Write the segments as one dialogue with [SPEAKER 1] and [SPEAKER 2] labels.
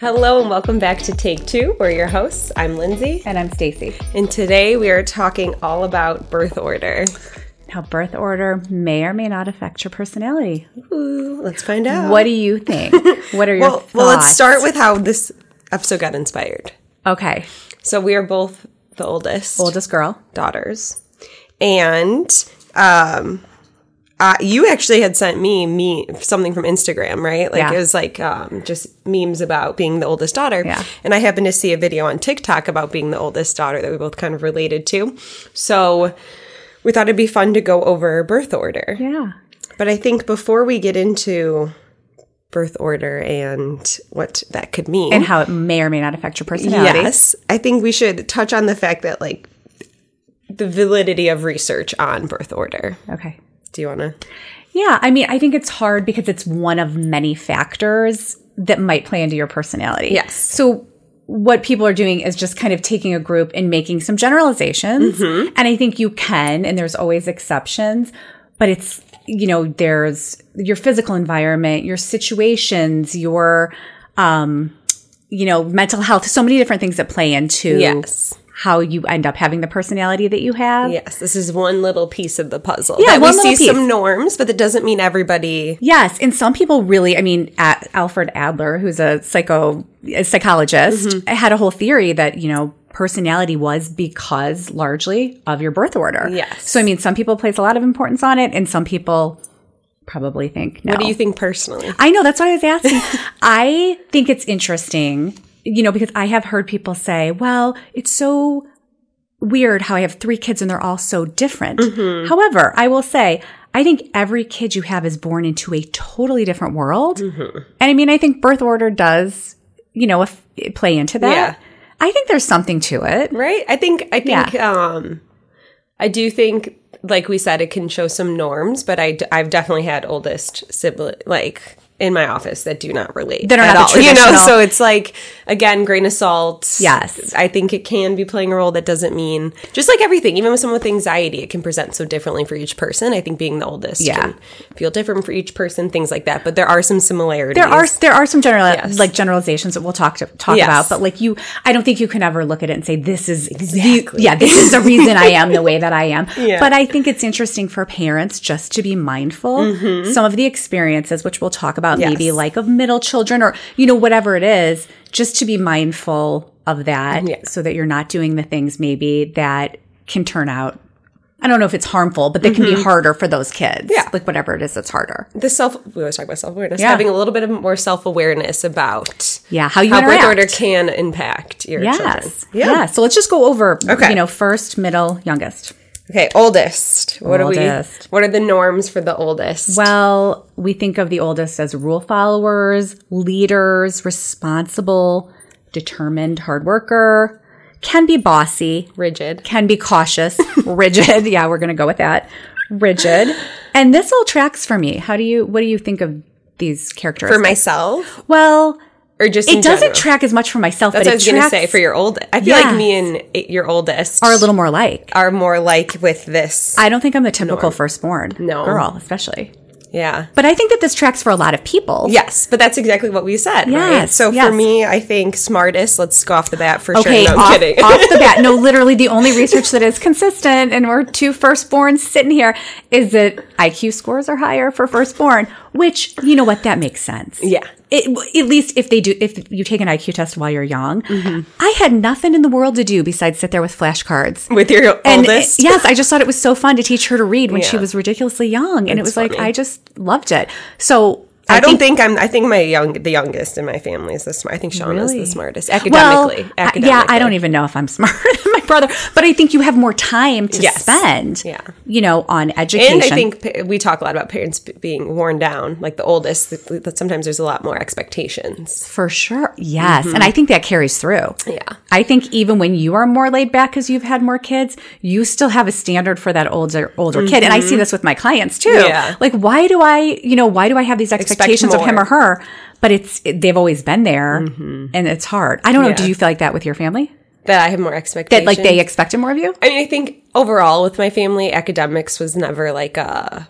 [SPEAKER 1] Hello and welcome back to Take Two. We're your hosts. I'm Lindsay.
[SPEAKER 2] And I'm Stacy.
[SPEAKER 1] And today we are talking all about birth order.
[SPEAKER 2] Now, birth order may or may not affect your personality.
[SPEAKER 1] Ooh, let's find out.
[SPEAKER 2] What do you think? What are your
[SPEAKER 1] well,
[SPEAKER 2] thoughts?
[SPEAKER 1] well, let's start with how this episode got inspired.
[SPEAKER 2] Okay,
[SPEAKER 1] So we are both the oldest
[SPEAKER 2] oldest girl.
[SPEAKER 1] daughters. And um uh, you actually had sent me me something from Instagram, right? Like
[SPEAKER 2] Yeah.
[SPEAKER 1] it was like um, just memes about being the oldest daughter.
[SPEAKER 2] Yeah.
[SPEAKER 1] And I happened to see a video on TikTok about being the oldest daughter that we both kind of related to. So we thought it'd be fun to go over birth order.
[SPEAKER 2] Yeah.
[SPEAKER 1] But I think before we get into birth order and what that could mean,
[SPEAKER 2] And how it may or may not affect your personality.
[SPEAKER 1] Yes, I think we should touch on the fact that like the validity of research on birth order.
[SPEAKER 2] Okay.
[SPEAKER 1] Do you want to?
[SPEAKER 2] Yeah, I mean, I think it's hard because it's one of many factors that might play into your personality.
[SPEAKER 1] Yes.
[SPEAKER 2] So what people are doing is just kind of taking a group and making some generalizations.
[SPEAKER 1] Mm-hmm.
[SPEAKER 2] And I think you can, and there's always exceptions, but it's, you know, there's your physical environment, your situations, your, um, you know, mental health, so many different things that play into
[SPEAKER 1] Yes.
[SPEAKER 2] how you end up having the personality that you have.
[SPEAKER 1] Yes, this is one little piece of the puzzle.
[SPEAKER 2] Yeah,
[SPEAKER 1] that we
[SPEAKER 2] one
[SPEAKER 1] see
[SPEAKER 2] little piece.
[SPEAKER 1] some norms, but that doesn't mean everybody.
[SPEAKER 2] Yes, and some people really, I mean, A- Alfred Adler, who's a psycho a psychologist, had a whole theory that, you know, personality was because largely of your birth order.
[SPEAKER 1] Yes.
[SPEAKER 2] So I mean, some people place a lot of importance on it and some people probably think no.
[SPEAKER 1] What do you think personally?
[SPEAKER 2] I know that's what I was asking. I think it's interesting, you know, because I have heard people say, "Well, it's so weird how I have three kids and they're all so different." However, I will say I think every kid you have is born into a totally different world, and I mean, I think birth order does, you know, if, play into that.
[SPEAKER 1] Yeah.
[SPEAKER 2] I think there's something to it.
[SPEAKER 1] Right? I think I think um I do think like we said it can show some norms, but I d- I've definitely had oldest sibling like in my office that do not relate
[SPEAKER 2] That are
[SPEAKER 1] at
[SPEAKER 2] not the
[SPEAKER 1] all. You know,
[SPEAKER 2] traditional-
[SPEAKER 1] so it's like again, grain of salt.
[SPEAKER 2] Yes.
[SPEAKER 1] I think it can be playing a role that doesn't mean just like everything, even with someone with anxiety, it can present so differently for each person. I think being the oldest
[SPEAKER 2] Yeah.
[SPEAKER 1] can feel different for each person, things like that. But there are some similarities.
[SPEAKER 2] There are there are some general
[SPEAKER 1] Yes.
[SPEAKER 2] like generalizations that we'll talk to, talk
[SPEAKER 1] Yes.
[SPEAKER 2] about, but like you, I don't think you can ever look at it and say this is exactly yeah this is the reason I am the way that I am.
[SPEAKER 1] Yeah.
[SPEAKER 2] But I think it's interesting for parents just to be mindful some of the experiences which we'll talk about maybe
[SPEAKER 1] Mm-hmm. Yes.
[SPEAKER 2] like of middle children or you know whatever it is, just to be mindful of that
[SPEAKER 1] Yeah.
[SPEAKER 2] so that you're not doing the things maybe that can turn out. I don't know if it's harmful, but they can be harder for those kids.
[SPEAKER 1] Mm-hmm. Yeah.
[SPEAKER 2] Like whatever it is that's harder.
[SPEAKER 1] the self we always talk about self awareness
[SPEAKER 2] Yeah.
[SPEAKER 1] having a little bit of more self awareness about
[SPEAKER 2] Yeah, how you
[SPEAKER 1] how birth
[SPEAKER 2] interact.
[SPEAKER 1] order can impact your children.
[SPEAKER 2] Yes. Yeah. So let's just go over,
[SPEAKER 1] Okay.
[SPEAKER 2] you know, first, middle, youngest.
[SPEAKER 1] Okay, oldest. What
[SPEAKER 2] Oldest.
[SPEAKER 1] are we? What are the norms for the oldest?
[SPEAKER 2] Well, we think of the oldest as rule followers, leaders, responsible, determined, hard worker, can be bossy,
[SPEAKER 1] Rigid.
[SPEAKER 2] can be cautious, rigid. Yeah, we're going to go with that. Rigid. And this all tracks for me. How do you, what do you think of these characteristics?
[SPEAKER 1] For myself,
[SPEAKER 2] well,
[SPEAKER 1] or just
[SPEAKER 2] it
[SPEAKER 1] in
[SPEAKER 2] doesn't
[SPEAKER 1] general?
[SPEAKER 2] track as much for myself,
[SPEAKER 1] That's
[SPEAKER 2] but
[SPEAKER 1] what
[SPEAKER 2] it
[SPEAKER 1] I was
[SPEAKER 2] tracks
[SPEAKER 1] gonna say. For your oldest, I feel like
[SPEAKER 2] Yes.
[SPEAKER 1] me and eight- your oldest
[SPEAKER 2] are a little more like.
[SPEAKER 1] are more like with this.
[SPEAKER 2] I don't think I'm the typical firstborn
[SPEAKER 1] No.
[SPEAKER 2] girl, especially.
[SPEAKER 1] Yeah.
[SPEAKER 2] But I think that this tracks for a lot of people.
[SPEAKER 1] Yes, but that's exactly what we said. right?
[SPEAKER 2] Yes,
[SPEAKER 1] So
[SPEAKER 2] yes.
[SPEAKER 1] for me, I think smartest. Let's go off the bat for
[SPEAKER 2] Okay,
[SPEAKER 1] sure. No, I'm
[SPEAKER 2] off,
[SPEAKER 1] kidding.
[SPEAKER 2] off the bat. No, literally, the only research that is consistent, and we're two firstborns sitting here, is that IQ scores are higher for firstborn, which, you know what, that makes sense.
[SPEAKER 1] Yeah.
[SPEAKER 2] It, at least if they do, if you take an IQ test while you're young.
[SPEAKER 1] Mm-hmm.
[SPEAKER 2] I had nothing in the world to do besides sit there with flashcards.
[SPEAKER 1] with your
[SPEAKER 2] And
[SPEAKER 1] oldest,
[SPEAKER 2] it- yes, I just thought it was so fun to teach her to read when she
[SPEAKER 1] Yeah.
[SPEAKER 2] was ridiculously young. And it was
[SPEAKER 1] That's
[SPEAKER 2] like,
[SPEAKER 1] funny.
[SPEAKER 2] I just loved it. So
[SPEAKER 1] I, don't think, I'm. I think my young, the youngest in my family is the smart. I think Sean is the
[SPEAKER 2] Really?
[SPEAKER 1] smartest academically.
[SPEAKER 2] Well, I-
[SPEAKER 1] academically.
[SPEAKER 2] yeah, I don't even know if I'm smarter than my brother, but I think you have more time to
[SPEAKER 1] Yes.
[SPEAKER 2] spend,
[SPEAKER 1] Yeah.
[SPEAKER 2] you know, on education.
[SPEAKER 1] And I think pa- we talk a lot about parents b- being worn down, like the oldest. That, that sometimes there's a lot more expectations.
[SPEAKER 2] for sure, yes,
[SPEAKER 1] Mm-hmm.
[SPEAKER 2] and I think that carries through.
[SPEAKER 1] Yeah.
[SPEAKER 2] I think even when you are more laid back because you've had more kids, you still have a standard for that older older kid, and I see this with my clients too.
[SPEAKER 1] Mm-hmm. Yeah.
[SPEAKER 2] Like, why do I, you know, why do I have these expectations of him
[SPEAKER 1] more. Mm-hmm.
[SPEAKER 2] or her? But it's it, they've always been there, and it's hard. I don't know.
[SPEAKER 1] Yeah.
[SPEAKER 2] Do you feel like that with your family?
[SPEAKER 1] That I have more
[SPEAKER 2] That
[SPEAKER 1] expectations.
[SPEAKER 2] like they expected more of you?
[SPEAKER 1] I mean, I think overall with my family, academics was never like a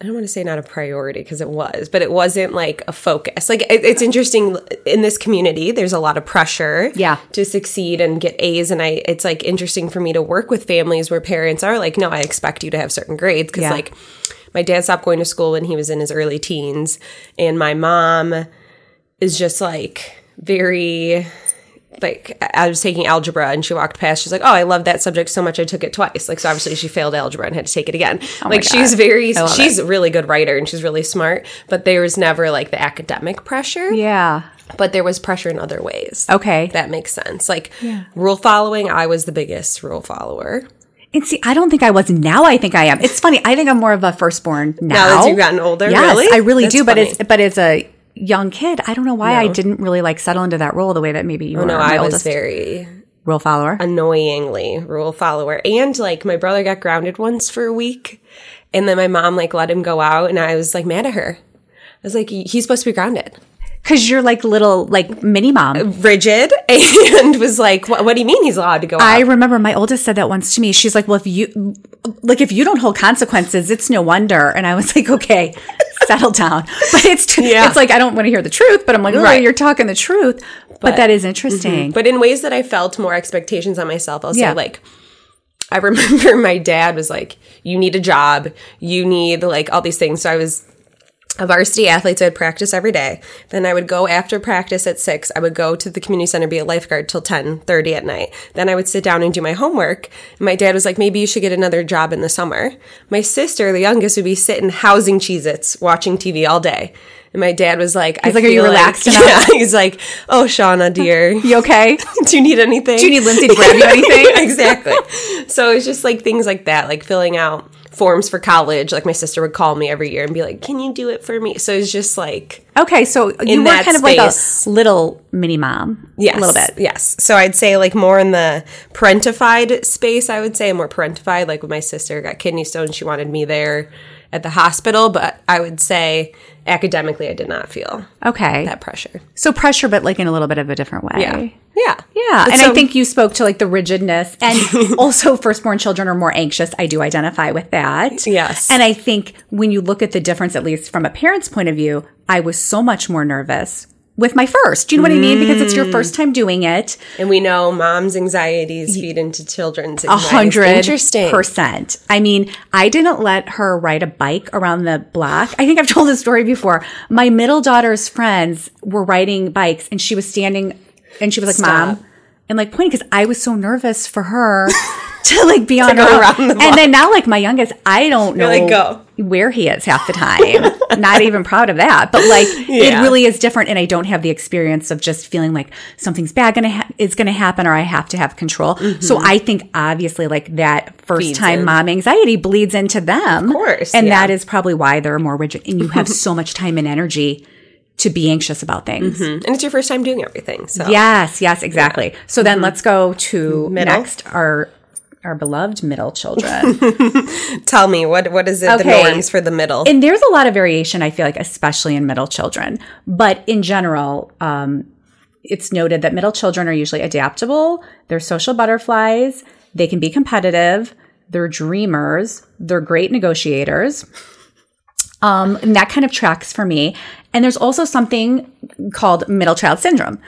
[SPEAKER 1] I don't want to say not a priority because it was, but it wasn't like a focus. Like it, it's interesting in this community, there's a lot of pressure
[SPEAKER 2] Yeah.
[SPEAKER 1] to succeed and get A's and I it's like interesting for me to work with families where parents are like, "No, I expect you to have certain grades" cuz
[SPEAKER 2] Yeah.
[SPEAKER 1] like my dad stopped going to school when he was in his early teens and my mom is just like very like I I was taking algebra and she walked past. She's like, "Oh, I love that subject so much. I took it twice." Like so, obviously she failed algebra and had to take it again.
[SPEAKER 2] Oh
[SPEAKER 1] like she's very, she's a really good writer and she's really smart. But there was never like the academic pressure.
[SPEAKER 2] Yeah. Oh.
[SPEAKER 1] But there was pressure in other ways.
[SPEAKER 2] Okay.
[SPEAKER 1] that makes sense. Like rule following, I was the biggest rule follower.
[SPEAKER 2] And see, I don't think I was. Now I think I am. It's funny. I think I'm more of a firstborn now.
[SPEAKER 1] that you've gotten older,
[SPEAKER 2] yes,
[SPEAKER 1] really?
[SPEAKER 2] I really
[SPEAKER 1] That's
[SPEAKER 2] do. But
[SPEAKER 1] funny.
[SPEAKER 2] it's but as a young kid, I don't know why I didn't really like settle into that role the way that maybe you were.
[SPEAKER 1] Oh, No,
[SPEAKER 2] my
[SPEAKER 1] I was
[SPEAKER 2] oldest
[SPEAKER 1] very
[SPEAKER 2] role follower.
[SPEAKER 1] annoyingly rule follower. And like my brother got grounded once for a week and then my mom like let him go out and I was like mad at her. I was like, he's supposed to be grounded.
[SPEAKER 2] Because you're like little like mini
[SPEAKER 1] Uh,
[SPEAKER 2] mom.
[SPEAKER 1] Rigid and was like, what, what do you mean he's allowed to go out?
[SPEAKER 2] I remember my oldest said that once to me. She's like, "Well, if you like, if you don't hold consequences, it's no wonder." And I was like, "Okay, settle down." But it's too,
[SPEAKER 1] Yeah.
[SPEAKER 2] it's like I don't want to hear the truth, but I'm like, "Oh,
[SPEAKER 1] Right.
[SPEAKER 2] you're talking the truth." But, that is interesting.
[SPEAKER 1] but in ways that I felt more expectations on myself. I'll
[SPEAKER 2] Yeah.
[SPEAKER 1] say like I remember my dad was like, You need a job, you need like all these things. So I was a varsity athlete, so I'd practice every day. Then I would go after practice at six. I would go to the community center, be a lifeguard till ten thirty at night. Then I would sit down and do my homework. My dad was like, Maybe you should get another job in the summer. My sister, the youngest, would be sitting housing Cheez Its, watching TV all day. And my dad was like, I
[SPEAKER 2] He's like, "Are you
[SPEAKER 1] feel
[SPEAKER 2] relaxed enough?"
[SPEAKER 1] Yeah, he's like, Oh, Shauna, dear.
[SPEAKER 2] you okay?
[SPEAKER 1] Do you need anything?
[SPEAKER 2] Do you need Lindsay to grab you anything?
[SPEAKER 1] exactly. So it's just like things like that, like filling out forms for college. Like my sister would call me every year and be like, "Can you do it for me?" So it's just like
[SPEAKER 2] Okay, so you were
[SPEAKER 1] that
[SPEAKER 2] kind of
[SPEAKER 1] space.
[SPEAKER 2] like a little mini mom,
[SPEAKER 1] yes,
[SPEAKER 2] a little bit.
[SPEAKER 1] yes. So I'd say like more in the parentified space. I would say more parentified. Like when my sister got kidney stones, she wanted me there at the hospital, but I would say academically, I did not feel
[SPEAKER 2] Okay,
[SPEAKER 1] that pressure.
[SPEAKER 2] so pressure, but like in a little bit of a different way.
[SPEAKER 1] Yeah, yeah,
[SPEAKER 2] Yeah, and
[SPEAKER 1] so-
[SPEAKER 2] I think you spoke to like the rigidness, and also firstborn children are more anxious. I do identify with that.
[SPEAKER 1] Yes.
[SPEAKER 2] and I think when you look at the difference, at least from a parent's point of view, I was so much more nervous with my first. Do you know what I mean? Because it's your first time doing it,
[SPEAKER 1] And we know mom's anxieties feed into children's
[SPEAKER 2] a
[SPEAKER 1] anxieties.
[SPEAKER 2] hundred
[SPEAKER 1] Interesting.
[SPEAKER 2] percent. I mean, I didn't let her ride a bike around the block. I think I've told this story before. My middle daughter's friends were riding bikes, and she was standing, and she was like,
[SPEAKER 1] Stop.
[SPEAKER 2] "Mom," and like pointing because I was so nervous for her to like be on
[SPEAKER 1] go
[SPEAKER 2] her
[SPEAKER 1] around
[SPEAKER 2] own.
[SPEAKER 1] the block.
[SPEAKER 2] And then now, like my youngest, I don't know
[SPEAKER 1] like, "Go."
[SPEAKER 2] where he is half the time. Not even proud of that, but like
[SPEAKER 1] Yeah.
[SPEAKER 2] it really is different. And I don't have the experience of just feeling like something's bad gonna ha- is gonna happen, or I have to have control. So I think obviously like that first
[SPEAKER 1] Mm-hmm. Feeds
[SPEAKER 2] time
[SPEAKER 1] in.
[SPEAKER 2] mom anxiety bleeds into them, of
[SPEAKER 1] course,
[SPEAKER 2] and
[SPEAKER 1] yeah.
[SPEAKER 2] that is probably why they're more rigid. And you have so much time and energy to be anxious about things.
[SPEAKER 1] and it's your first time doing everything. So
[SPEAKER 2] Yes, yes, exactly. So then let's go to
[SPEAKER 1] Mm-hmm. Middle.
[SPEAKER 2] next our our beloved middle children.
[SPEAKER 1] tell me what what is it
[SPEAKER 2] Okay.
[SPEAKER 1] the norms for the middle?
[SPEAKER 2] and there's a lot of variation i feel like especially in middle children but in general um, it's noted that middle children are usually adaptable they're social butterflies they can be competitive they're dreamers they're great negotiators um, and that kind of tracks for me and there's also something called middle child syndrome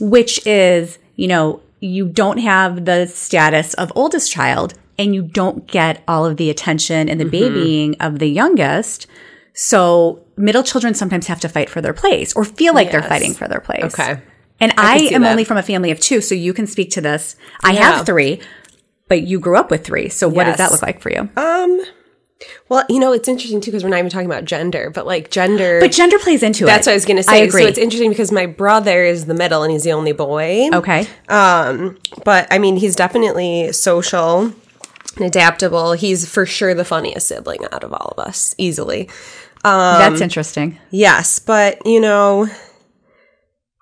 [SPEAKER 2] which is you know you don't have the status of oldest child and you don't get all of the attention and the babying of the youngest so middle children sometimes have to fight for their place or feel like they're
[SPEAKER 1] Yes.
[SPEAKER 2] fighting for their place
[SPEAKER 1] Okay.
[SPEAKER 2] and i,
[SPEAKER 1] see
[SPEAKER 2] am
[SPEAKER 1] that.
[SPEAKER 2] only from a family of two so you can speak to this i
[SPEAKER 1] Yeah.
[SPEAKER 2] have three but you grew up with three so what does that
[SPEAKER 1] Yes. Uh,
[SPEAKER 2] look like for you
[SPEAKER 1] Well, you know, it's interesting too because we're not even talking about gender, but like gender.
[SPEAKER 2] but gender plays into it
[SPEAKER 1] that's what I was going to
[SPEAKER 2] i
[SPEAKER 1] say.
[SPEAKER 2] agree
[SPEAKER 1] So it's interesting because my brother is the middle and he's the only boy.
[SPEAKER 2] okay
[SPEAKER 1] But I mean, he's definitely social and adaptable. He's for sure the funniest sibling out of all of us, easily. Um,
[SPEAKER 2] that's interesting
[SPEAKER 1] Yes, but you know,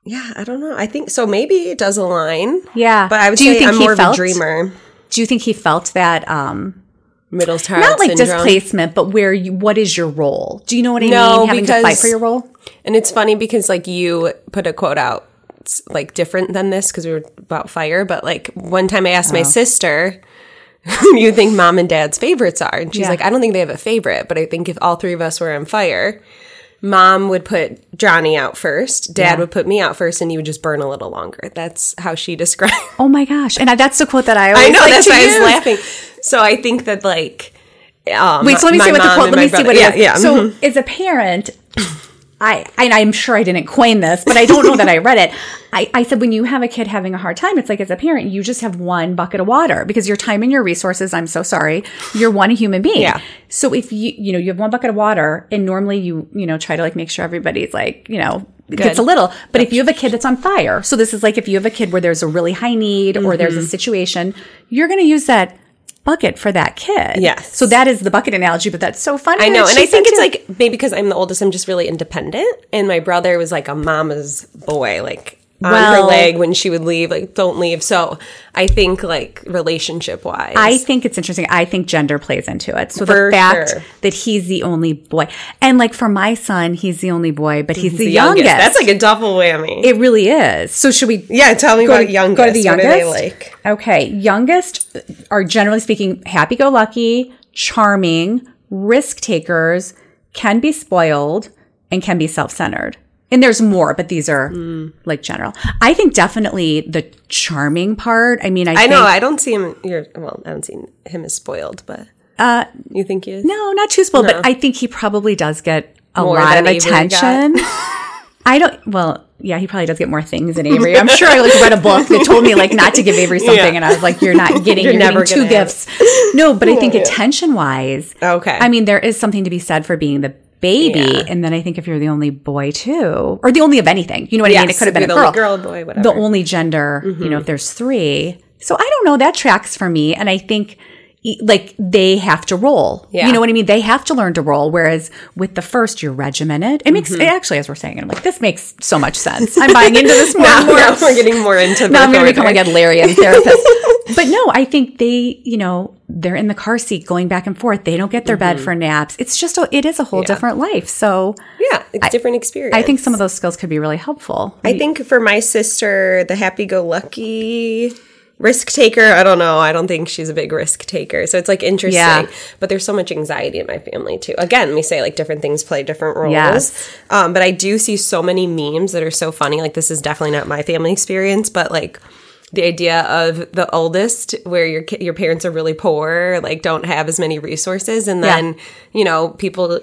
[SPEAKER 1] yeah, I don't know. I think so. Maybe it does align.
[SPEAKER 2] Yeah.
[SPEAKER 1] but I would
[SPEAKER 2] Do you
[SPEAKER 1] say
[SPEAKER 2] think
[SPEAKER 1] I'm
[SPEAKER 2] he
[SPEAKER 1] more of a
[SPEAKER 2] felt-
[SPEAKER 1] dreamer.
[SPEAKER 2] do you think he felt that um
[SPEAKER 1] Middle child
[SPEAKER 2] not like
[SPEAKER 1] syndrome.
[SPEAKER 2] displacement but where you what is your role do you know what i
[SPEAKER 1] No,
[SPEAKER 2] mean having to fight
[SPEAKER 1] because-
[SPEAKER 2] for your role
[SPEAKER 1] And it's funny because like you put a quote out
[SPEAKER 2] Oh.
[SPEAKER 1] it's, like different than this because we were about fire, but like one time I asked my sister who do you think mom and dad's favorites are? And she's
[SPEAKER 2] Yeah.
[SPEAKER 1] like, I don't think they have a favorite, but I think if all three of us were on fire, mom would put Johnny out first, dad would put me out first, and you would just burn a little longer. That's how she described.
[SPEAKER 2] Oh my gosh. And I, that's the quote that I always
[SPEAKER 1] I know
[SPEAKER 2] like
[SPEAKER 1] that's
[SPEAKER 2] to
[SPEAKER 1] why
[SPEAKER 2] use.
[SPEAKER 1] I was laughing. So I think that like, um,
[SPEAKER 2] Wait, so let me
[SPEAKER 1] my
[SPEAKER 2] see what the
[SPEAKER 1] mom
[SPEAKER 2] quote.
[SPEAKER 1] and
[SPEAKER 2] Let
[SPEAKER 1] my
[SPEAKER 2] me see
[SPEAKER 1] brother-
[SPEAKER 2] what it is.
[SPEAKER 1] yeah, yeah. mhm.
[SPEAKER 2] So, as a parent, I and I'm sure I didn't coin this, but I don't know that I read it. I, I said when you have a kid having a hard time, it's like as a parent, you just have one bucket of water because your time and your resources. I'm so sorry, you're one human being.
[SPEAKER 1] Yeah.
[SPEAKER 2] So if you you know you have one bucket of water, and normally you you know try to like make sure everybody's like you know. Gets a little, but if you have a kid that's on fire, so this is like if you have a kid where there's a really high need or there's
[SPEAKER 1] Mm-hmm.
[SPEAKER 2] a situation, you're going to use that bucket for that kid.
[SPEAKER 1] Yes.
[SPEAKER 2] So that is the bucket analogy, but that's so funny.
[SPEAKER 1] I know,
[SPEAKER 2] that
[SPEAKER 1] and
[SPEAKER 2] she
[SPEAKER 1] I think
[SPEAKER 2] said
[SPEAKER 1] it's
[SPEAKER 2] too.
[SPEAKER 1] like maybe because I'm the oldest, I'm just really independent, and my brother was like a mama's boy, like on
[SPEAKER 2] Well-
[SPEAKER 1] her leg when she would leave, like don't leave. So I think like relationship wise,
[SPEAKER 2] I think it's interesting. I think gender plays into it. So the
[SPEAKER 1] For
[SPEAKER 2] fact
[SPEAKER 1] sure.
[SPEAKER 2] that he's the only boy, and like for my son, he's the only boy, but he's the, youngest.
[SPEAKER 1] youngest. That's like a double whammy.
[SPEAKER 2] it really is. So should we?
[SPEAKER 1] yeah, tell me
[SPEAKER 2] Go
[SPEAKER 1] about
[SPEAKER 2] to,
[SPEAKER 1] youngest.
[SPEAKER 2] go to the youngest.
[SPEAKER 1] What are they like?
[SPEAKER 2] Okay, youngest are generally speaking happy-go-lucky, charming, risk takers, can be spoiled, and can be self-centered. And there's more, but these are
[SPEAKER 1] Mm.
[SPEAKER 2] like general. I think definitely the charming part. I mean, I,
[SPEAKER 1] I
[SPEAKER 2] think,
[SPEAKER 1] know. I don't see him. You're well. I don't see him as spoiled, but you think he is?
[SPEAKER 2] Uh, No, not too spoiled, but I think he probably does get a
[SPEAKER 1] More
[SPEAKER 2] lot of
[SPEAKER 1] than Avery got.
[SPEAKER 2] attention. I don't. Well, yeah, he probably does get more things than Avery. I'm sure I like read a book that told me like not to give Avery something,
[SPEAKER 1] Yeah.
[SPEAKER 2] and I was like, "You're not getting. you're,
[SPEAKER 1] never
[SPEAKER 2] getting two
[SPEAKER 1] gonna have
[SPEAKER 2] gifts." No, but I think attention wise,
[SPEAKER 1] Okay.
[SPEAKER 2] I mean, there is something to be said for being the baby,
[SPEAKER 1] Yeah.
[SPEAKER 2] and then I think if you're the only boy too, or the only of anything, you know what I mean? It
[SPEAKER 1] Yes,
[SPEAKER 2] could have
[SPEAKER 1] if
[SPEAKER 2] been a
[SPEAKER 1] you're the
[SPEAKER 2] girl,
[SPEAKER 1] only girl, boy, whatever.
[SPEAKER 2] The only gender,
[SPEAKER 1] Mm-hmm.
[SPEAKER 2] you know, if there's three. So I don't know. That tracks for me, and I think. e- Like they have to roll,
[SPEAKER 1] Yeah.
[SPEAKER 2] you know what I mean. They have to learn to roll. Whereas with the first, you're regimented. It
[SPEAKER 1] Mm-hmm.
[SPEAKER 2] makes it actually, as we're saying, it, I'm like, this makes so much sense. I'm buying into this more.
[SPEAKER 1] Now,
[SPEAKER 2] and more.
[SPEAKER 1] now we're getting more into.
[SPEAKER 2] Now I'm going to become
[SPEAKER 1] order.
[SPEAKER 2] like a Larry therapist. but no, I think they, you know, they're in the car seat going back and forth. They don't get their
[SPEAKER 1] Mm-hmm.
[SPEAKER 2] bed for naps. It's just, a, it is a whole different life. So
[SPEAKER 1] yeah, it's different experience.
[SPEAKER 2] I think some of those skills could be really helpful.
[SPEAKER 1] I think for my sister, the happy go lucky risk taker, I don't know. I don't think she's a big risk taker. So it's like interesting.
[SPEAKER 2] Yeah.
[SPEAKER 1] But there's so much anxiety in my family too. Again, we say like different things play different roles.
[SPEAKER 2] Yes.
[SPEAKER 1] Um, but I do see so many memes that are so funny. Like this is definitely not my family experience, but like the idea of the oldest where your ki- your parents are really poor, like don't have as many resources and
[SPEAKER 2] Yeah.
[SPEAKER 1] then, you know, people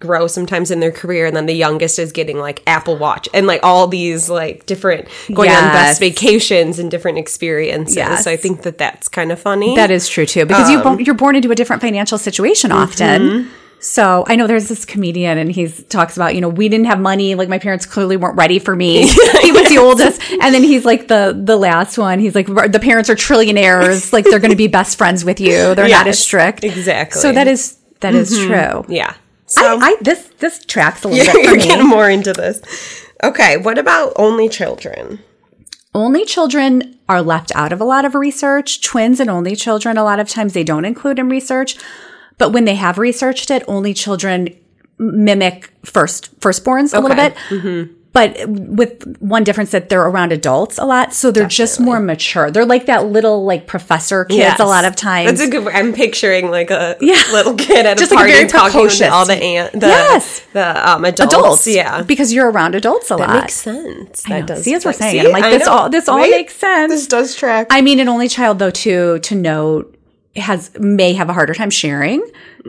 [SPEAKER 1] grow sometimes in their career and then the youngest is getting like Apple Watch and like all these like different going on
[SPEAKER 2] Yes.
[SPEAKER 1] best vacations and different experiences.
[SPEAKER 2] Yes.
[SPEAKER 1] So I think that that's kind of funny.
[SPEAKER 2] That is true too, because you
[SPEAKER 1] Um,
[SPEAKER 2] bo- you're born into a different financial situation
[SPEAKER 1] Mm-hmm.
[SPEAKER 2] often. So I know there's this comedian, and he talks about you know we didn't have money, like my parents clearly weren't ready for me. he was the oldest, and then he's like the the last one. He's like "R- the parents are trillionaires, like they're going to be best friends with you. They're not
[SPEAKER 1] Yes,
[SPEAKER 2] as strict,
[SPEAKER 1] exactly. Mm-hmm.
[SPEAKER 2] So that is that is true.
[SPEAKER 1] yeah. So
[SPEAKER 2] I, I this this tracks a little
[SPEAKER 1] you're,
[SPEAKER 2] bit for me.
[SPEAKER 1] getting more into this. Okay, what about only children?
[SPEAKER 2] only children are left out of a lot of research. Twins and only children, a lot of times they don't include in research. But when they have researched it, only children m- mimic first firstborns a little
[SPEAKER 1] Okay.
[SPEAKER 2] bit. But with one difference that they're around adults a lot, so they're just more mature. They're like that little like professor kids a lot of times.
[SPEAKER 1] That's a good. I'm picturing like a little kid at
[SPEAKER 2] Just
[SPEAKER 1] a
[SPEAKER 2] like a
[SPEAKER 1] party
[SPEAKER 2] very
[SPEAKER 1] talking with
[SPEAKER 2] precocious-
[SPEAKER 1] all the aunt, the
[SPEAKER 2] Yes.
[SPEAKER 1] the um, adults.
[SPEAKER 2] adults,
[SPEAKER 1] Yeah,
[SPEAKER 2] because you're around adults a lot.
[SPEAKER 1] makes sense. That
[SPEAKER 2] know.
[SPEAKER 1] does
[SPEAKER 2] See, as we're
[SPEAKER 1] like,
[SPEAKER 2] saying it,
[SPEAKER 1] see?
[SPEAKER 2] I'm like,
[SPEAKER 1] I
[SPEAKER 2] this
[SPEAKER 1] know.
[SPEAKER 2] all- this all makes sense.
[SPEAKER 1] This does track.
[SPEAKER 2] I mean, an only child though to to note has may have a harder time sharing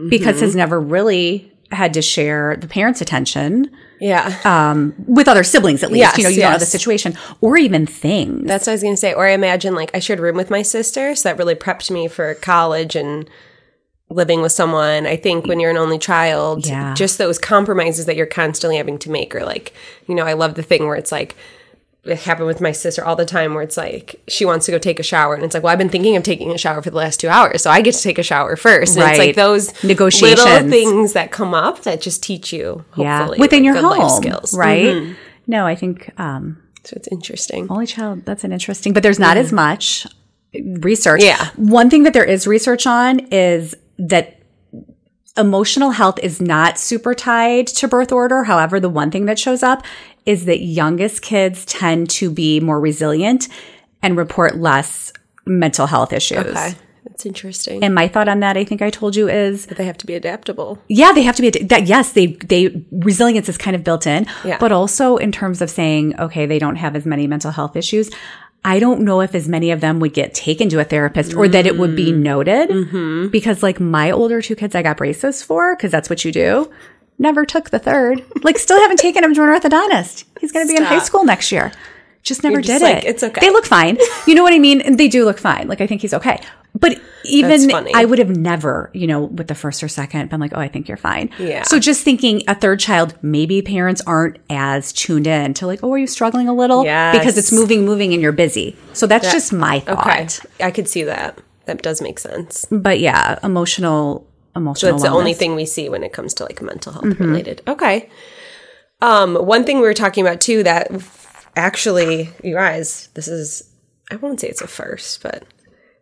[SPEAKER 2] because
[SPEAKER 1] Mm-hmm.
[SPEAKER 2] has never really had to share the parents' attention
[SPEAKER 1] yeah.
[SPEAKER 2] with other siblings at least.
[SPEAKER 1] Yes,
[SPEAKER 2] you know, you don't know the
[SPEAKER 1] yes.
[SPEAKER 2] situation or even things.
[SPEAKER 1] That's what I was going to say. Or I imagine like I shared a room with my sister, so that really prepped me for college and living with someone. I think when you're an only child,
[SPEAKER 2] Yeah.
[SPEAKER 1] just those compromises that you're constantly having to make are like, you know, I love the thing where it's like it happened with my sister all the time where it's like she wants to go take a shower and it's like, well, I've been thinking of taking a shower for the last 2 hours, so I get to take a shower first. And it's
[SPEAKER 2] Right.
[SPEAKER 1] like those
[SPEAKER 2] Negotiations.
[SPEAKER 1] little things that come up that just teach you hopefully
[SPEAKER 2] yeah, within
[SPEAKER 1] like,
[SPEAKER 2] your
[SPEAKER 1] good
[SPEAKER 2] home,
[SPEAKER 1] life skills. Mm-hmm.
[SPEAKER 2] right? No, I think um,
[SPEAKER 1] So it's interesting.
[SPEAKER 2] only child. That's an interesting, but there's not as much research.
[SPEAKER 1] Mm-hmm. Yeah.
[SPEAKER 2] one thing that there is research on is that emotional health is not super tied to birth order. However, the one thing that shows up is that youngest kids tend to be more resilient and report less mental health issues.
[SPEAKER 1] Okay. That's interesting.
[SPEAKER 2] And my thought on that, I think I told you, is
[SPEAKER 1] but they have to be adaptable.
[SPEAKER 2] yeah, they have to be that. Yes, they they resilience is kind of built in,
[SPEAKER 1] Yeah.
[SPEAKER 2] but also in terms of saying, okay, they don't have as many mental health issues. I don't know if as many of them would get taken to a therapist or that it would
[SPEAKER 1] Mm.
[SPEAKER 2] be noted
[SPEAKER 1] Mm-hmm.
[SPEAKER 2] because like my older two kids I got braces for because that's what you do. Never took the third. Like still haven't taken him to an orthodontist. He's going to be in high
[SPEAKER 1] Stop.
[SPEAKER 2] school next year. Just never
[SPEAKER 1] just
[SPEAKER 2] did
[SPEAKER 1] like,
[SPEAKER 2] it.
[SPEAKER 1] it's okay.
[SPEAKER 2] They look fine. You know what I mean? And they do look fine. Like I think he's okay. But even
[SPEAKER 1] That's funny.
[SPEAKER 2] I would have never, you know, with the first or second been like, oh, I think you're fine.
[SPEAKER 1] Yeah.
[SPEAKER 2] So just thinking a third child, maybe parents aren't as tuned in to like, oh, are you struggling a little?
[SPEAKER 1] Yes.
[SPEAKER 2] Because it's moving, moving, and you're busy. So that's just my thought.
[SPEAKER 1] Okay, I could see that. That does make sense.
[SPEAKER 2] But yeah, emotional, emotional.
[SPEAKER 1] That's the only
[SPEAKER 2] wellness.
[SPEAKER 1] thing we see when it comes to like mental health
[SPEAKER 2] Mm-hmm.
[SPEAKER 1] related. Okay. Um, one thing we were talking about too that actually, you guys, this is I won't say it's a first, but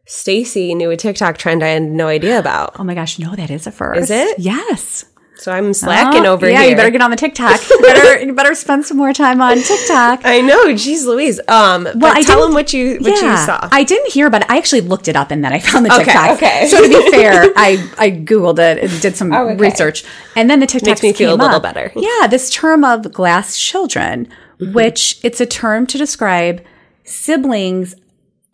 [SPEAKER 1] Stacy knew a TikTok trend I had no idea about.
[SPEAKER 2] Oh my gosh, no, that is a first.
[SPEAKER 1] Is it?
[SPEAKER 2] Yes.
[SPEAKER 1] So I'm slacking
[SPEAKER 2] Oh,
[SPEAKER 1] over
[SPEAKER 2] yeah,
[SPEAKER 1] here.
[SPEAKER 2] you better get on the TikTok. You better, you better spend some more time on TikTok.
[SPEAKER 1] I know, geez Louise. Um well,
[SPEAKER 2] I
[SPEAKER 1] but tell
[SPEAKER 2] didn't-
[SPEAKER 1] them what you what you saw.
[SPEAKER 2] I didn't hear about it. I actually looked it up and then I found the
[SPEAKER 1] Okay,
[SPEAKER 2] TikTok.
[SPEAKER 1] okay. Oh,
[SPEAKER 2] So to be fair, I, I Googled it and did some
[SPEAKER 1] okay.
[SPEAKER 2] research. And then the TikTok
[SPEAKER 1] Makes me feel a
[SPEAKER 2] came
[SPEAKER 1] little
[SPEAKER 2] up.
[SPEAKER 1] better. Mm-hmm.
[SPEAKER 2] Yeah, this term of glass children, which it's a term to describe siblings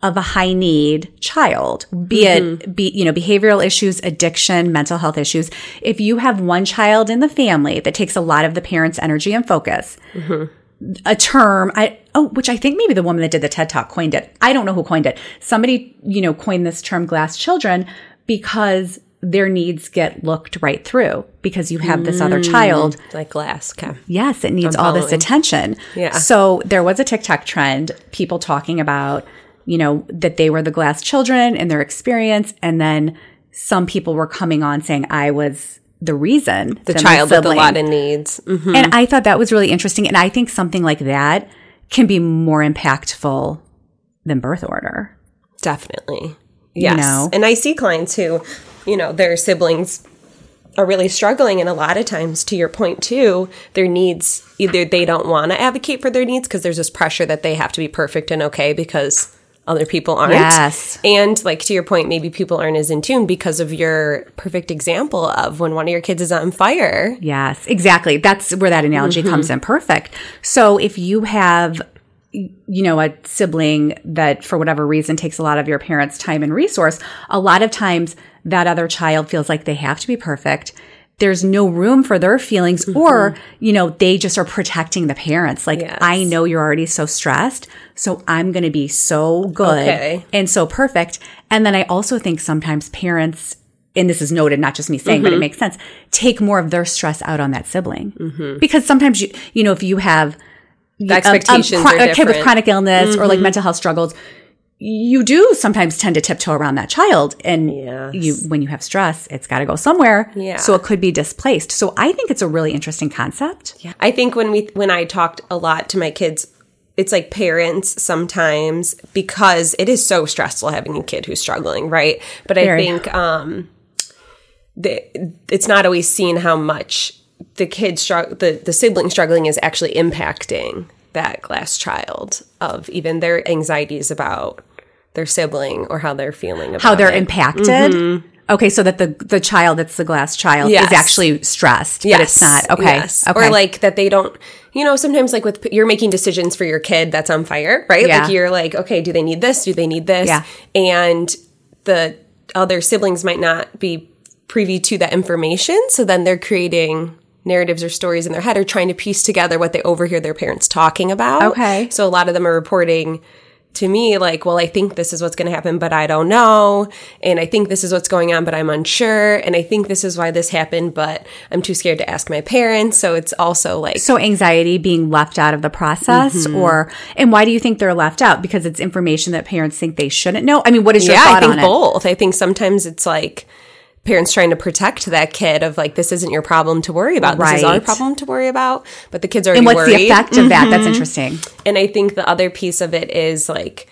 [SPEAKER 2] of a high need child, be it be you know behavioral issues, addiction, mental health issues. If you have one child in the family that takes a lot of the parents' energy and focus, a term I oh which I think maybe the woman that did the TED Talk coined it. I don't know who coined it. Somebody you know coined this term "glass children" because their needs get looked right through because you have this other child
[SPEAKER 1] like glass. Okay.
[SPEAKER 2] Yes, it needs all this
[SPEAKER 1] following.
[SPEAKER 2] attention.
[SPEAKER 1] Yeah.
[SPEAKER 2] So there was a TikTok trend, people talking about, you know, that they were the glass children and their experience. And then some people were coming on saying, I was the reason.
[SPEAKER 1] The child with a lot of needs. Mhm.
[SPEAKER 2] And I thought that was really interesting. And I think something like that can be more impactful than birth order.
[SPEAKER 1] Definitely. Yes.
[SPEAKER 2] know?
[SPEAKER 1] And I see clients who, you know, their siblings are really struggling. And a lot of times, to your point, too, their needs either they don't want to advocate for their needs because there's this pressure that they have to be perfect and okay because other people aren't.
[SPEAKER 2] Yes.
[SPEAKER 1] And like to your point, maybe people aren't as in tune because of your perfect example of when one of your kids is on fire.
[SPEAKER 2] Yes, exactly. That's where that analogy comes in. Perfect. So if you have, you know, a sibling that for whatever reason takes a lot of your parents' time and resource, a lot of times that other child feels like they have to be perfect. There's no room for their feelings, or, you know, they just are protecting the parents. Like,
[SPEAKER 1] Yes.
[SPEAKER 2] I know you're already so stressed, so I'm going to be so good
[SPEAKER 1] Okay.
[SPEAKER 2] and so perfect. And then I also think sometimes parents, and this is noted, not just me saying,
[SPEAKER 1] Mm-hmm.
[SPEAKER 2] but it makes sense, take more of their stress out on that sibling. Because sometimes you, you know, if you have
[SPEAKER 1] Mm-hmm. The expectations
[SPEAKER 2] chro-
[SPEAKER 1] are
[SPEAKER 2] a kid with
[SPEAKER 1] different. Mm-hmm.
[SPEAKER 2] chronic illness or like mental health struggles, you do sometimes tend to tiptoe around that child. And you, when you have stress, it's got to go somewhere.
[SPEAKER 1] Yeah.
[SPEAKER 2] So it could be displaced. So I think it's a really interesting concept. Yeah.
[SPEAKER 1] I think when we when I talked a lot to my kids, it's like parents sometimes because it is so stressful having a kid who's struggling, right? But I
[SPEAKER 2] Very.
[SPEAKER 1] think um the, it's not always seen how much the kid struggle the, the sibling struggling is actually impacting that glass child of even their anxieties about their sibling or how they're feeling about
[SPEAKER 2] How they're
[SPEAKER 1] it. Mm-hmm.
[SPEAKER 2] impacted. Okay, so that the the child that's the glass child
[SPEAKER 1] Yes.
[SPEAKER 2] is actually stressed, but it's
[SPEAKER 1] Yes,
[SPEAKER 2] not. Okay,
[SPEAKER 1] yes.
[SPEAKER 2] okay.
[SPEAKER 1] Or like that they don't, you know, sometimes like with, you're making decisions for your kid that's on fire, right?
[SPEAKER 2] Yeah.
[SPEAKER 1] Like you're like, okay, do they need this? Do they need this?
[SPEAKER 2] Yeah.
[SPEAKER 1] And the other siblings might not be privy to that information. So then they're creating narratives or stories in their head or trying to piece together what they overhear their parents talking about.
[SPEAKER 2] Okay.
[SPEAKER 1] So a lot of them are reporting to me like, well, I think this is what's going to happen, but I don't know. And I think this is what's going on, but I'm unsure. And I think this is why this happened, but I'm too scared to ask my parents. So it's also like,
[SPEAKER 2] So anxiety being left out of the process
[SPEAKER 1] Mm-hmm.
[SPEAKER 2] or and why do you think they're left out? Because it's information that parents think they shouldn't know. I mean, what is your
[SPEAKER 1] yeah, I
[SPEAKER 2] thought
[SPEAKER 1] think
[SPEAKER 2] on it?
[SPEAKER 1] both. I think sometimes it's like parents trying to protect that kid of like, this isn't your problem to worry about. This is our
[SPEAKER 2] Right.
[SPEAKER 1] problem to worry about. But the kids are
[SPEAKER 2] And what's
[SPEAKER 1] worried. Mm-hmm.
[SPEAKER 2] the effect of that? That's interesting.
[SPEAKER 1] And I think the other piece of it is like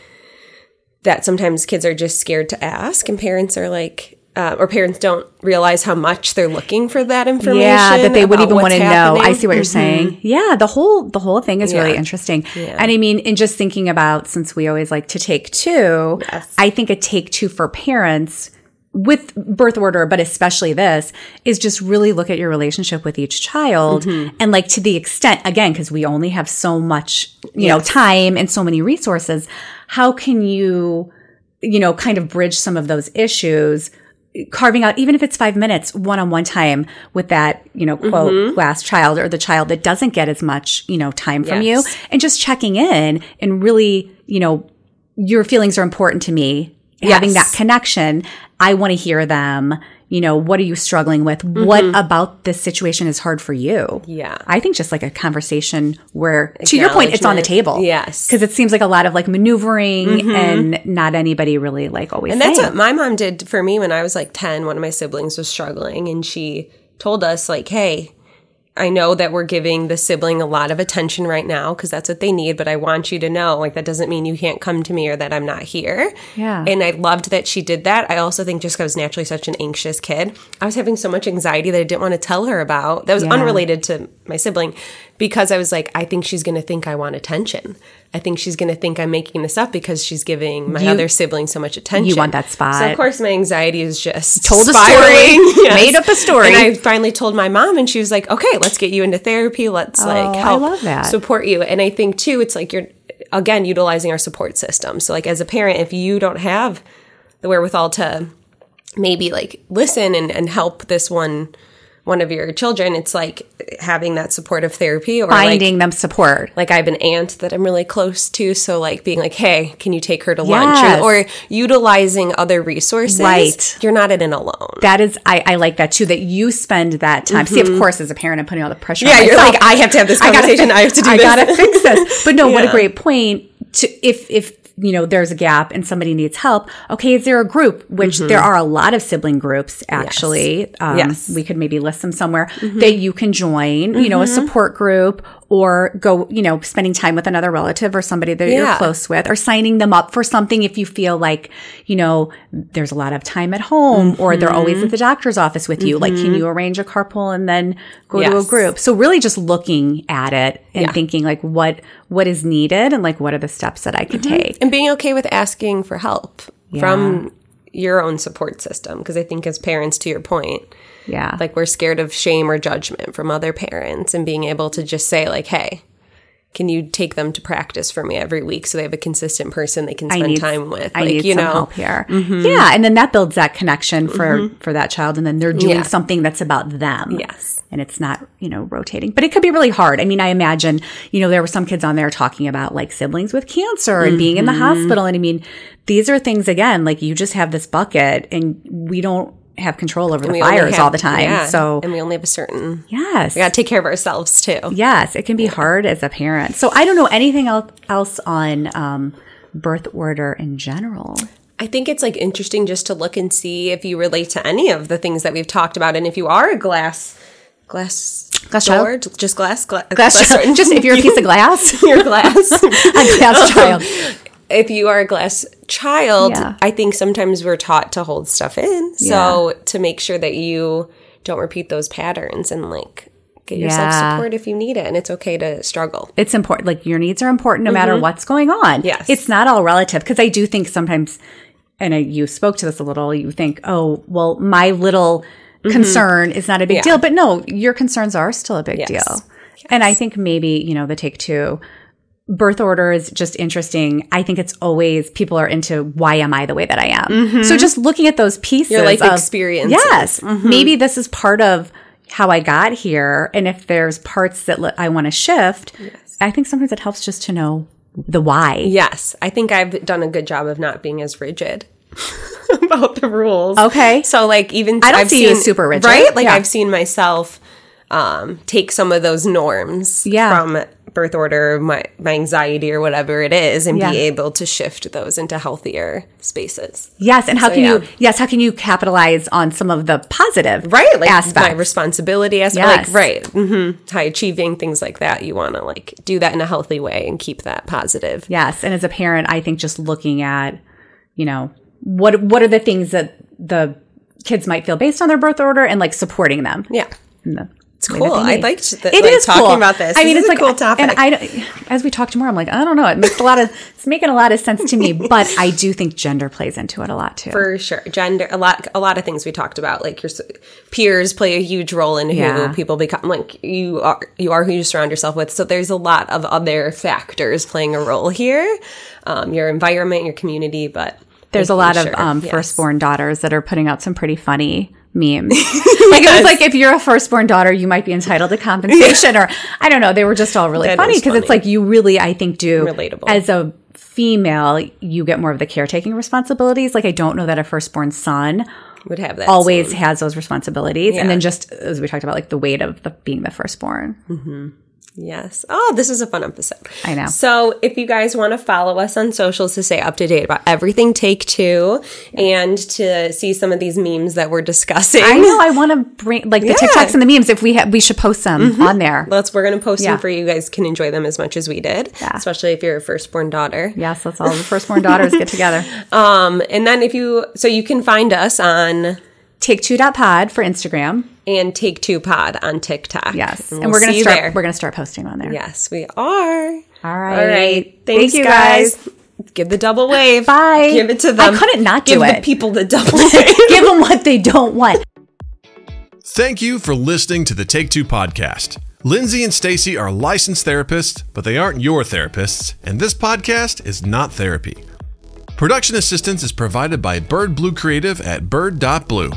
[SPEAKER 1] that sometimes kids are just scared to ask, and parents are like, uh, or parents don't realize how much they're looking for that information.
[SPEAKER 2] Yeah, that they would
[SPEAKER 1] about
[SPEAKER 2] even
[SPEAKER 1] what's
[SPEAKER 2] want to know.
[SPEAKER 1] happening. Mm-hmm.
[SPEAKER 2] I see what you're saying. Yeah, the whole the whole thing is really
[SPEAKER 1] Yeah.
[SPEAKER 2] interesting. And I mean, in just thinking about since we always like to take two, I think a take two for parents with birth order, but especially this is just really look at your relationship with each child
[SPEAKER 1] Mm-hmm.
[SPEAKER 2] and like to the extent again because we only have so much, you know, time and so many resources, how can you you know, kind of bridge some of those issues, carving out, even if it's five minutes, one on one time with that, you know, quote,
[SPEAKER 1] Mm-hmm.
[SPEAKER 2] last child or the child that doesn't get as much, you know, time from
[SPEAKER 1] Yes.
[SPEAKER 2] you and just checking in and really, you know, your feelings are important to me. Having that
[SPEAKER 1] Yes.
[SPEAKER 2] connection, I want to hear them. You know, what are you struggling with? What
[SPEAKER 1] Mm-hmm.
[SPEAKER 2] about this situation is hard for you?
[SPEAKER 1] Yeah.
[SPEAKER 2] I think just like a conversation where, to your point, it's on the
[SPEAKER 1] Acknowledgement.
[SPEAKER 2] table.
[SPEAKER 1] Yes. Mm-hmm.
[SPEAKER 2] Because it seems like a lot of like maneuvering and not anybody really like always.
[SPEAKER 1] And that's
[SPEAKER 2] saying.
[SPEAKER 1] what my mom did for me when I was like 10. One of my siblings was struggling and she told us like, "Hey, I know that we're giving the sibling a lot of attention right now because that's what they need, but I want you to know like that doesn't mean you can't come to me or that I'm not here."
[SPEAKER 2] Yeah.
[SPEAKER 1] And I loved that she did that. I also think just 'cause I was naturally such an anxious kid, I was having so much anxiety that I didn't want to tell her about. That was
[SPEAKER 2] Yeah.
[SPEAKER 1] unrelated to my sibling because I was like, I think she's going to think I want attention. I think she's going to think I'm making this up because she's giving my other sibling so much attention.
[SPEAKER 2] You want that spot.
[SPEAKER 1] So of course, my anxiety is just
[SPEAKER 2] Told a story. Made up a story.
[SPEAKER 1] And I finally told my mom, and she was like, "Okay, let's get you into therapy. Let's like
[SPEAKER 2] Oh, I
[SPEAKER 1] help
[SPEAKER 2] love that.
[SPEAKER 1] support you." And I think too, it's like you're again utilizing our support system. So like as a parent, if you don't have the wherewithal to maybe like listen and, and help this one one of your children, it's like having that supportive therapy or like
[SPEAKER 2] finding them support.
[SPEAKER 1] like I have an aunt that I'm really close to, so like being like, "Hey, can you take her to
[SPEAKER 2] Yes.
[SPEAKER 1] lunch?" Or, or utilizing other resources.
[SPEAKER 2] Right.
[SPEAKER 1] You're not in it alone.
[SPEAKER 2] That is, I, I like that too. That you spend that time. See, of course, as a parent, I'm putting all the pressure.
[SPEAKER 1] Mm-hmm. Yeah,
[SPEAKER 2] on
[SPEAKER 1] you're
[SPEAKER 2] myself.
[SPEAKER 1] like, I have to have this
[SPEAKER 2] gotta
[SPEAKER 1] conversation.
[SPEAKER 2] fi-
[SPEAKER 1] I have to do
[SPEAKER 2] I
[SPEAKER 1] this.
[SPEAKER 2] gotta fix this. But no, what a
[SPEAKER 1] Yeah.
[SPEAKER 2] great point. To if if you know there's a gap and somebody needs help, okay, is there a group? Which
[SPEAKER 1] Mm-hmm.
[SPEAKER 2] there are a lot of sibling groups actually. Um,
[SPEAKER 1] Yes. Mm-hmm.
[SPEAKER 2] we could maybe list them somewhere that you can join. You know, a support group or go. You know, spending time with another relative or somebody that you're
[SPEAKER 1] Yeah.
[SPEAKER 2] close with, or signing them up for something if you feel like you know there's a lot of time at home
[SPEAKER 1] Mm-hmm.
[SPEAKER 2] or they're always at the doctor's office with you. Like, can you arrange a carpool and then go to a
[SPEAKER 1] Yes.
[SPEAKER 2] group? So really just looking at it and thinking like what what is needed and like what are the steps that I could take.
[SPEAKER 1] And being okay with asking for help from your own support system. Because I think as parents, to your point,
[SPEAKER 2] Yeah.
[SPEAKER 1] like we're scared of shame or judgment from other parents and being able to just say, like, hey, can you take them to practice for me every week so they have a consistent person they can spend
[SPEAKER 2] need-
[SPEAKER 1] time with?
[SPEAKER 2] I
[SPEAKER 1] like,
[SPEAKER 2] need
[SPEAKER 1] you
[SPEAKER 2] some
[SPEAKER 1] know, Mm-hmm.
[SPEAKER 2] help here. Yeah, and then that builds that connection for for that child, and then they're doing
[SPEAKER 1] Yeah.
[SPEAKER 2] something that's about them.
[SPEAKER 1] Yes.
[SPEAKER 2] and it's not you know rotating, but it could be really hard. I mean, I imagine you know there were some kids on there talking about like siblings with cancer and being
[SPEAKER 1] Mm-hmm.
[SPEAKER 2] in the hospital, and I mean these are things again like you just have this bucket, and we don't have control over the
[SPEAKER 1] only
[SPEAKER 2] fires
[SPEAKER 1] have-
[SPEAKER 2] all the time.
[SPEAKER 1] yeah,
[SPEAKER 2] So
[SPEAKER 1] and we only have a certain.
[SPEAKER 2] yes,
[SPEAKER 1] Got to take care of ourselves too.
[SPEAKER 2] Yes, it can be hard as a parent. So I don't know anything else else on um, birth order in general.
[SPEAKER 1] I think it's like interesting just to look and see if you relate to any of the things that we've talked about, and if you are a glass, glass,
[SPEAKER 2] Glass
[SPEAKER 1] door,
[SPEAKER 2] child?
[SPEAKER 1] j- just glass, gla-
[SPEAKER 2] glass,
[SPEAKER 1] door.
[SPEAKER 2] just if you're a piece of glass,
[SPEAKER 1] your glass.
[SPEAKER 2] a glass child.
[SPEAKER 1] if you are a glass child,
[SPEAKER 2] Yeah.
[SPEAKER 1] I think sometimes we're taught to hold stuff in, so to make sure that you don't repeat those patterns and like get yourself
[SPEAKER 2] Yeah.
[SPEAKER 1] support if you need it, and it's okay to struggle.
[SPEAKER 2] It's important. Like your needs are important no matter what's going on.
[SPEAKER 1] Yes.
[SPEAKER 2] It's not all relative because I do think sometimes, and I, you spoke to this a little, you think, oh, well, my little concern is not a big deal. But no, your concerns are still a big deal. And I think maybe, you know, the take two birth order is just interesting. I think it's always people are into why am I the way that I am. So just looking at those pieces, your
[SPEAKER 1] Mm-hmm. life experiences. Mm-hmm.
[SPEAKER 2] Yes, maybe this is part of how I got here, and if there's parts that li- I want to shift, I think sometimes it helps just to know the why.
[SPEAKER 1] Yes, I think I've done a good job of not being as rigid about the rules.
[SPEAKER 2] Okay.
[SPEAKER 1] So like even
[SPEAKER 2] I don't see you as super rigid.
[SPEAKER 1] right? Like
[SPEAKER 2] Yeah.
[SPEAKER 1] I've seen myself um, take some of those norms
[SPEAKER 2] Yeah.
[SPEAKER 1] from birth order, my my anxiety or whatever it is, and
[SPEAKER 2] Yeah.
[SPEAKER 1] be able to shift those into healthier spaces.
[SPEAKER 2] Yes, and how can you?
[SPEAKER 1] yeah.
[SPEAKER 2] Yes, how can you capitalize on some of the positive
[SPEAKER 1] Right, like my
[SPEAKER 2] aspects?
[SPEAKER 1] responsibility aspect,
[SPEAKER 2] Yes.
[SPEAKER 1] like right, mm-hmm, high achieving things like that. You want to like do that in a healthy way and keep that positive.
[SPEAKER 2] Yes, and as a parent, I think just looking at, you know, what what are the things that the kids might feel based on their birth order and like supporting them.
[SPEAKER 1] Yeah.
[SPEAKER 2] And the
[SPEAKER 1] It's
[SPEAKER 2] way that
[SPEAKER 1] cool.
[SPEAKER 2] they
[SPEAKER 1] I
[SPEAKER 2] need.
[SPEAKER 1] liked that.
[SPEAKER 2] It
[SPEAKER 1] like,
[SPEAKER 2] is
[SPEAKER 1] talking
[SPEAKER 2] cool.
[SPEAKER 1] about this.
[SPEAKER 2] I mean,
[SPEAKER 1] This
[SPEAKER 2] it's
[SPEAKER 1] is
[SPEAKER 2] like
[SPEAKER 1] a cool topic.
[SPEAKER 2] And I, don't- as we talk tomorrow, I'm like, I don't know. It makes a lot of it's making a lot of sense to me, but I do think gender plays into it a lot too.
[SPEAKER 1] for sure gender a lot a lot of things we talked about like your s- peers play a huge role in who
[SPEAKER 2] Yeah.
[SPEAKER 1] people become like you are you are who you surround yourself with so there's a lot of other factors playing a role here um, your environment your community but
[SPEAKER 2] There's a lot
[SPEAKER 1] making
[SPEAKER 2] of
[SPEAKER 1] sure-
[SPEAKER 2] um,
[SPEAKER 1] yes.
[SPEAKER 2] firstborn daughters that are putting out some pretty funny memes. like it was like if you're a firstborn daughter, you might be entitled to compensation, or I don't know. They were just all really
[SPEAKER 1] That
[SPEAKER 2] funny
[SPEAKER 1] is
[SPEAKER 2] because it's
[SPEAKER 1] funny.
[SPEAKER 2] like you really, I think, do
[SPEAKER 1] Relatable.
[SPEAKER 2] as a female. You get more of the caretaking responsibilities. Like I don't know that a firstborn son
[SPEAKER 1] would have that
[SPEAKER 2] always has those responsibilities, and
[SPEAKER 1] Yeah.
[SPEAKER 2] then just as we talked about, like the weight of the, being the firstborn.
[SPEAKER 1] Yes. Oh, this is a fun episode.
[SPEAKER 2] I know.
[SPEAKER 1] So, if you guys want to follow us on socials to stay up to date about everything Take Two and to see some of these memes that we're discussing,
[SPEAKER 2] I know. I want to bring like the
[SPEAKER 1] Yeah. Mm-hmm.
[SPEAKER 2] TikToks and the memes. If we ha- we should post them on there.
[SPEAKER 1] Let's we're gonna post
[SPEAKER 2] Yeah.
[SPEAKER 1] them for you guys can enjoy them as much as we did, especially if you're a firstborn daughter.
[SPEAKER 2] Yes, let's all the firstborn daughters get together.
[SPEAKER 1] Um, and then if you so you can find us on
[SPEAKER 2] Take Two Dot Pod for Instagram.
[SPEAKER 1] and Take Two Pod on TikTok.
[SPEAKER 2] Yes, and,
[SPEAKER 1] we'll
[SPEAKER 2] we're gonna
[SPEAKER 1] see you
[SPEAKER 2] start.
[SPEAKER 1] there.
[SPEAKER 2] We're gonna start posting on there.
[SPEAKER 1] yes, we are.
[SPEAKER 2] All right.
[SPEAKER 1] All right.
[SPEAKER 2] Thank
[SPEAKER 1] Thanks,
[SPEAKER 2] you,
[SPEAKER 1] guys. Give the double wave.
[SPEAKER 2] Bye.
[SPEAKER 1] Give it to
[SPEAKER 2] I
[SPEAKER 1] them.
[SPEAKER 2] couldn't not
[SPEAKER 1] Give
[SPEAKER 2] do
[SPEAKER 1] the
[SPEAKER 2] it.
[SPEAKER 1] people the double wave.
[SPEAKER 2] Give them what they don't want.
[SPEAKER 3] Thank you for listening to the Take Two podcast. Lindsay and Stacy are licensed therapists, but they aren't your therapists, and this podcast is not therapy. Production assistance is provided by Bird Blue Creative at bird.blue.